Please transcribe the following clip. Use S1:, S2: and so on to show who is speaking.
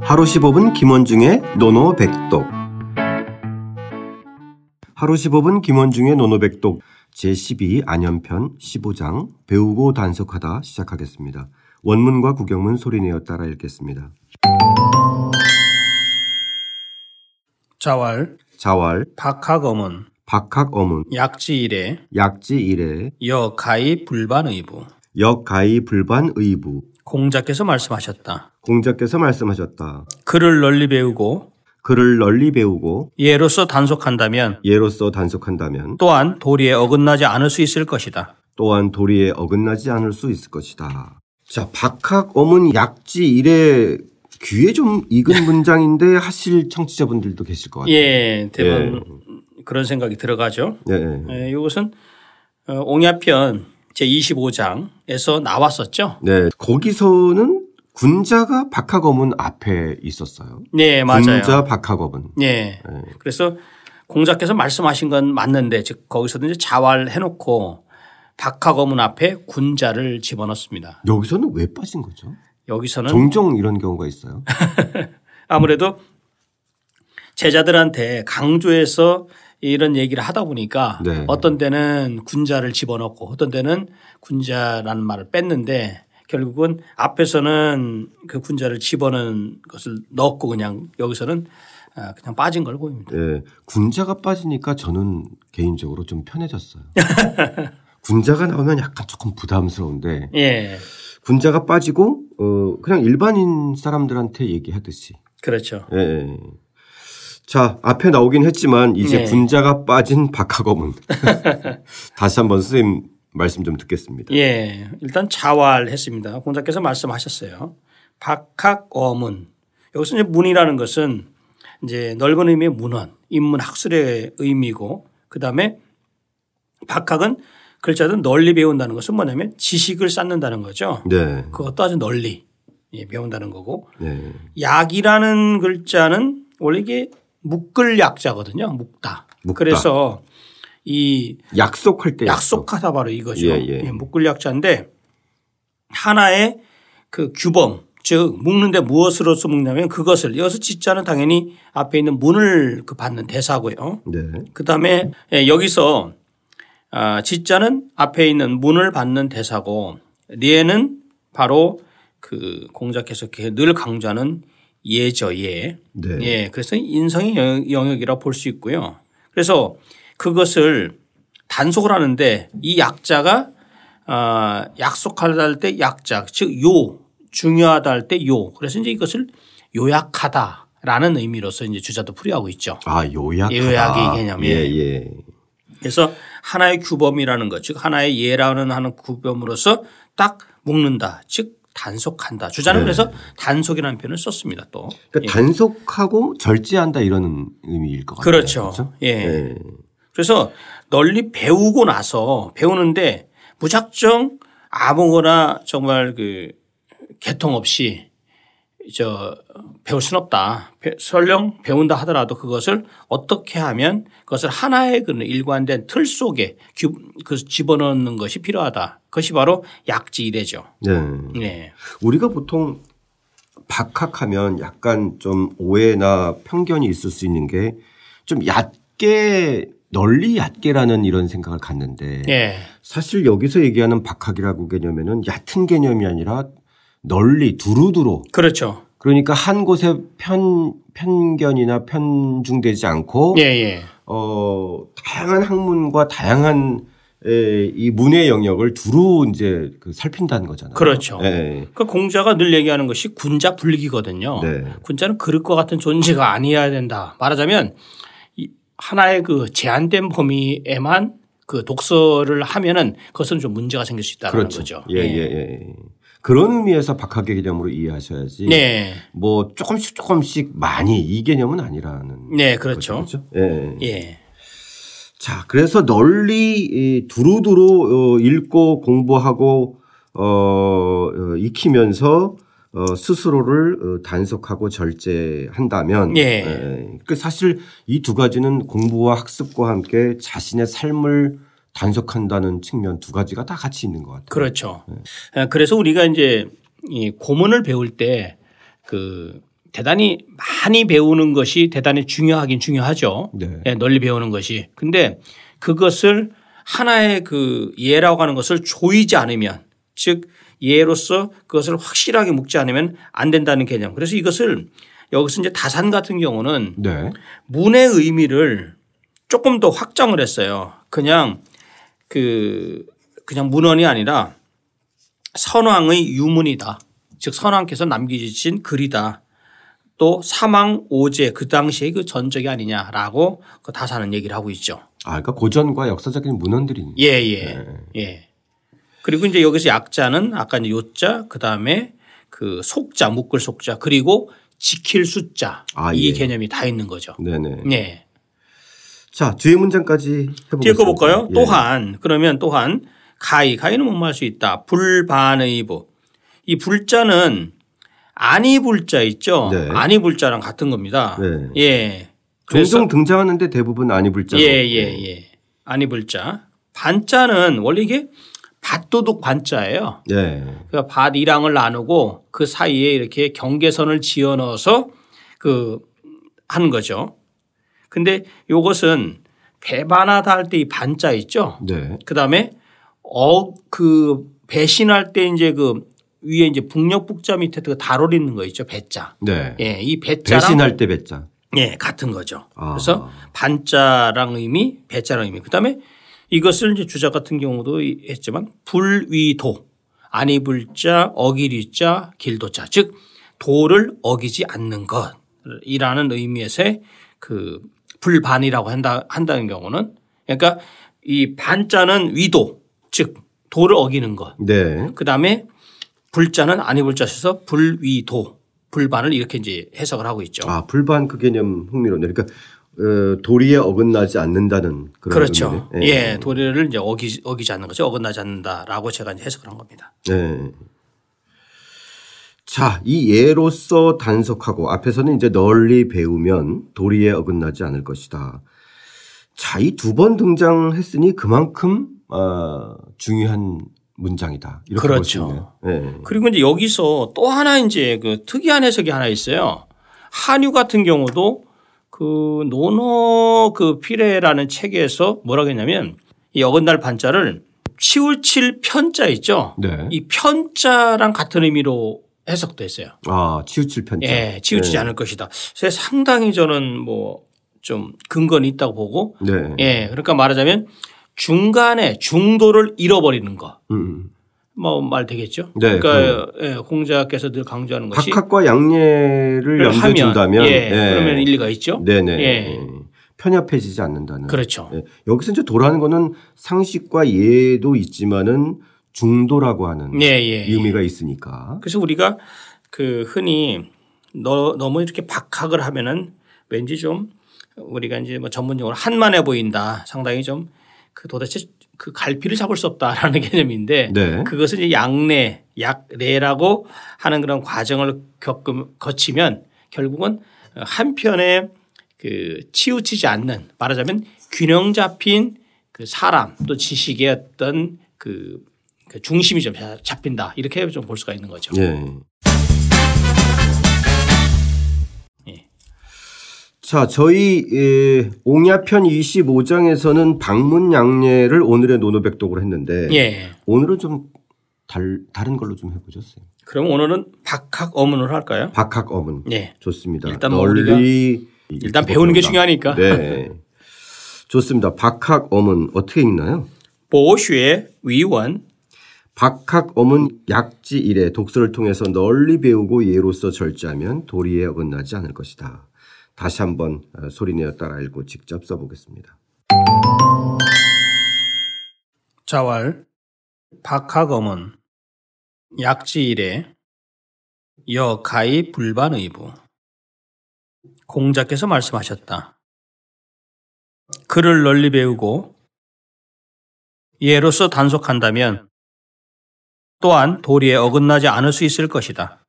S1: 하루 15분 김원중의 노노백독 하루 15분 김원중의 노노백독 제12 안연편 15장 배우고 단속하다 시작하겠습니다. 원문과 구경문 소리내어 따라 읽겠습니다.
S2: 자왈
S1: 자왈
S2: 박학엄은
S1: 박학어문
S2: 약지일에
S1: 약지 이래
S2: 여가이 불반의부
S1: 역가이 불반의부
S2: 공자께서 말씀하셨다.
S1: 공자께서 말씀하셨다.
S2: 글을 널리 배우고
S1: 글을 널리 배우고
S2: 예로서 단속한다면
S1: 예로서 단속한다면
S2: 또한 도리에 어긋나지 않을 수 있을 것이다.
S1: 또한 도리에 어긋나지 않을 수 있을 것이다. 자, 박학 어문 약지 일에 귀에 좀
S2: 네.
S1: 익은 문장인데 하실 청취자분들도 계실 것 같아요.
S2: 예, 대부분 그런 생각이 들어가죠.
S1: 예, 예.
S2: 예, 이것은 어, 옹야편 제25장에서 나왔었죠.
S1: 네, 거기서는 군자가 박학 어문 앞에 있었어요.
S2: 네, 맞아요.
S1: 군자 박학 어문.
S2: 예. 그래서 공자께서 말씀하신 건 맞는데 즉 거기서도 이제 자활해놓고 박학어문 앞에 군자를 집어넣습니다.
S1: 여기서는 왜 빠진 거죠?
S2: 여기서는
S1: 종종 이런 경우가 있어요.
S2: 아무래도 제자들한테 강조해서 이런 얘기를 하다 보니까
S1: 네.
S2: 어떤 때는 군자를 집어넣고 어떤 때는 군자라는 말을 뺐는데 결국은 앞에서는 그 군자를 집어넣은 것을 넣고 그냥 여기서는 아, 그냥 빠진 걸 보입니다.
S1: 예, 군자가 빠지니까 저는 개인적으로 좀 편해졌어요. 군자가 나오면 약간 조금 부담스러운데
S2: 예.
S1: 군자가 빠지고 어 그냥 일반인 사람들한테 얘기하듯이.
S2: 그렇죠.
S1: 예, 예. 자 앞에 나오긴 했지만 이제
S2: 네.
S1: 군자가 빠진 박학어문 다시 한번 선생님 말씀 좀 듣겠습니다.
S2: 예, 일단 자활했습니다. 공자께서 말씀하셨어요. 박학어문. 여기서 이제 문이라는 것은 이제 넓은 의미의 문헌, 인문 학술의 의미고 그다음에 박학은 글자든 널리 배운다는 것은 뭐냐면 지식을 쌓는다는 거죠.
S1: 네,
S2: 그것도 아주 널리 예, 배운다는 거고
S1: 네,
S2: 약이라는 글자는 원래 이게 묶을 약자거든요. 묶다.
S1: 묶다.
S2: 그래서 이
S1: 약속할 때 약속.
S2: 약속하다 바로 이거죠.
S1: 예, 예.
S2: 예, 묶을 약자인데 하나의 그 규범 즉 묶는데 무엇으로서 묶냐면 그것을 여기서 짓자는 당연히 앞에 있는 문을 그 받는 대사고요.
S1: 네,
S2: 그다음에 예, 여기서 아, 짓자는 앞에 있는 문을 받는 대사고 리에는 바로 그 공자께서 이렇게 늘 강조하는 예저예
S1: 네,
S2: 예, 그래서 인성의 영역- 영역이라 볼 수 있고요. 그래서 그것을 단속을 하는데 이 약자가 아, 약속하다 할 때 약자, 즉 요, 중요하다 할 때 요. 그래서 이제 이것을 요약하다라는 의미로서 이제 주자도 풀이하고 있죠.
S1: 아 요약.
S2: 요약의 개념,
S1: 예,
S2: 예.
S1: 예,
S2: 그래서 하나의 규범이라는 것, 즉 하나의 예라는 하는 규범으로서 딱 묶는다, 즉 단속한다. 주자는 그래서 단속이라는 표현을 썼습니다. 또
S1: 그러니까 단속하고 절제한다 이런 의미일 것 같아요.
S2: 그렇죠. 예.
S1: 예.
S2: 그래서 널리 배우고 나서 배우는데 무작정 아무거나 정말 그 개통 없이 저 배울 순 없다. 배- 설령 배운다 하더라도 그것을 어떻게 하면 그것을 하나의 그 일관된 틀 속에 규- 그 집어넣는 것이 필요하다. 그것이 바로 약지 이래죠.
S1: 네.
S2: 네.
S1: 우리가 보통 박학하면 약간 좀 오해나 편견이 있을 수 있는 게 좀 얕게 널리 얕게라는 이런 생각을 갖는데
S2: 예.
S1: 사실 여기서 얘기하는 박학이라고 개념에는 얕은 개념이 아니라 널리 두루두루
S2: 그렇죠.
S1: 그러니까 한 곳에 편 편견이나 편중되지 않고
S2: 예, 예.
S1: 어 다양한 학문과 다양한 에, 이 문의 영역을 두루 이제 그 살핀다는 거잖아요.
S2: 그렇죠.
S1: 예.
S2: 그 공자가 늘 얘기하는 것이 군자 불기거든요.
S1: 네.
S2: 군자는 그릇과 같은 존재가 아니어야 된다. 말하자면 이 하나의 그 제한된 범위에만 그 독서를 하면은 그것은 좀 문제가 생길 수 있다는 거죠.
S1: 예, 예, 예. 그런 의미에서 박학의 개념으로 이해하셔야지.
S2: 네.
S1: 뭐 조금씩 조금씩 많이 이 개념은 아니라는
S2: 네, 그렇죠.
S1: 거죠. 예.
S2: 예.
S1: 자, 그래서 널리 이 두루두루 어, 읽고 공부하고 어, 어, 익히면서 어, 스스로를 어, 단속하고 절제한다면
S2: 예.
S1: 그 사실 이 두 가지는 공부와 학습과 함께 자신의 삶을 단속한다는 측면 두 가지가 다 같이 있는 것 같아요. 음.
S2: 그렇죠. 아, 그래서 우리가 이제 이 고문을 배울 때 그 대단히 많이 배우는 것이 대단히 중요하긴 중요하죠.
S1: 네.
S2: 예, 널리 배우는 것이. 근데 그것을 하나의 그 예라고 하는 것을 조이지 않으면 즉 예로서 그것을 확실하게 묶지 않으면 안 된다는 개념. 그래서 이것을 여기서 이제 다산 같은 경우는
S1: 네.
S2: 문의 의미를 조금 더 확장을 했어요. 그냥 그 그냥 문헌이 아니라 선왕의 유문이다. 즉 선왕께서 남기신 글이다. 또 사망 오제 그 당시의 그 전적이 아니냐라고 그 다사는 얘기를 하고 있죠.
S1: 아, 그러니까 고전과 역사적인 문헌들이 있네.
S2: 예, 예. 예. 그리고 이제 여기서 약자는 아까 이제 요자 그다음에 그 속자 묶을 속자 그리고 지킬 숫자
S1: 아,
S2: 이
S1: 예.
S2: 개념이 다 있는 거죠.
S1: 네네.
S2: 예.
S1: 자, 뒤에 문장까지 해보겠습니다.
S2: 읽어볼까요?
S1: 예.
S2: 또한 그러면 또한 가이 가이는 뭐 못말 수 있다. 불반의부 이 불자는 아니 불자 있죠.
S1: 네.
S2: 아니 불자랑 같은 겁니다.
S1: 네.
S2: 예. 그래서
S1: 종종 등장하는데 대부분 아니 불자.
S2: 예,
S1: 네.
S2: 예, 예. 아니 불자. 반자는 원래 이게 밭도둑 반자예요.
S1: 예.
S2: 그러니까 밭 이랑을 나누고 그 사이에 이렇게 경계선을 지어 넣어서 그 하는 거죠. 근데 이것은 배반하다 할 때 이 반자 있죠.
S1: 네.
S2: 그다음에 어 그 배신할 때 이제 그 위에 이제 북녘북자 밑에 그 다롤 있는 거 있죠 배자.
S1: 네.
S2: 예, 이 배자랑
S1: 배신할 때 배자.
S2: 예 같은 거죠.
S1: 아.
S2: 그래서 반자랑 의미, 배자랑 의미. 그다음에 이것을 이제 주작 같은 경우도 이- 했지만 불위도 아니불자 어기리자 길도자 즉 도를 어기지 않는 것이라는 의미에서의 그 불반이라고 한다 한다는 경우는 그러니까 이 반자는 위도 즉 도를 어기는 것
S1: 네.
S2: 그다음에 불자는 아니불자에서 불위도 불반을 이렇게 이제 해석을 하고 있죠.
S1: 아, 불반 그 개념 흥미롭네요. 그러니까 어, 도리에 어긋나지 않는다는 그런
S2: 그렇죠.
S1: 의미네.
S2: 예, 도리를 이제 어기, 어기지 않는 거죠. 어긋나지 않는다라고 제가 이제 해석을 한 겁니다.
S1: 네. 자, 이 예로서 단속하고 앞에서는 이제 널리 배우면 도리에 어긋나지 않을 것이다. 자, 이 두 번 등장했으니 그만큼 아, 중요한 문장이다. 이렇게 볼수
S2: 그렇죠.
S1: 있네요. 네.
S2: 그리고 이제 여기서 또 하나 이제 그 특이한 해석이 하나 있어요. 한유 같은 경우도 그 노노 그 피레라는 책에서 뭐라고 했냐면 이 어긋날 반자를 치우칠 편자 있죠.
S1: 네.
S2: 이 편자랑 같은 의미로 해석도 했어요.
S1: 아, 치우칠 편자.
S2: 예, 치우치지
S1: 네.
S2: 않을 것이다. 그래서 상당히 저는 뭐 좀 근거는 있다고 보고
S1: 네.
S2: 예, 그러니까 말하자면 중간에 중도를 잃어버리는 거.
S1: 음.
S2: 뭐 말 되겠죠.
S1: 네,
S2: 그러니까 예, 공자께서 늘 강조하는 것이
S1: 박학과 양례를
S2: 그걸
S1: 염두에 둔다면 네.
S2: 예, 그러면 일리가 있죠.
S1: 네네
S2: 예.
S1: 편협해지지 않는다는
S2: 그렇죠.
S1: 예. 여기서 이제 도라는 거는 상식과 예도 있지만은 중도라고 하는
S2: 예, 예.
S1: 의미가 있으니까
S2: 그래서 우리가 그 흔히 너, 너무 이렇게 박학을 하면은 왠지 좀 우리가 이제 뭐 전문용어로 한만해 보인다. 상당히 좀 그 도대체 그 갈피를 잡을 수 없다라는 개념인데
S1: 네.
S2: 그것은 이제 양내, 약내라고 하는 그런 과정을 겪음 거치면 결국은 한편에 그 치우치지 않는 말하자면 균형 잡힌 그 사람 또 지식의 어떤 그, 그 중심이 좀 잡힌다 이렇게 좀 볼 수가 있는 거죠.
S1: 예.
S2: 예.
S1: 자, 저희 예, 옹야편 25장에서는 방문 양례를 오늘의 노노백독으로 했는데
S2: 예.
S1: 오늘은 좀 달, 다른 걸로 좀 해보죠. 쌤.
S2: 그럼 오늘은 박학 어문으로 할까요?
S1: 박학 어문
S2: 예.
S1: 좋습니다.
S2: 일단 뭐
S1: 널리
S2: 일단 배우는 게 중요하니까.
S1: 네. 좋습니다. 박학 어문 어떻게 읽나요?
S2: 보슈의 위원
S1: 박학 어문 약지 일에 독서를 통해서 널리 배우고 예로서 절제하면 도리에 어긋나지 않을 것이다. 다시 한번 어, 소리내어 따라 읽고 직접 써보겠습니다.
S2: 자왈 박하검은 약지일에 여가이 불반의부 공자께서 말씀하셨다. 글을 널리 배우고 예로서 단속한다면 또한 도리에 어긋나지 않을 수 있을 것이다.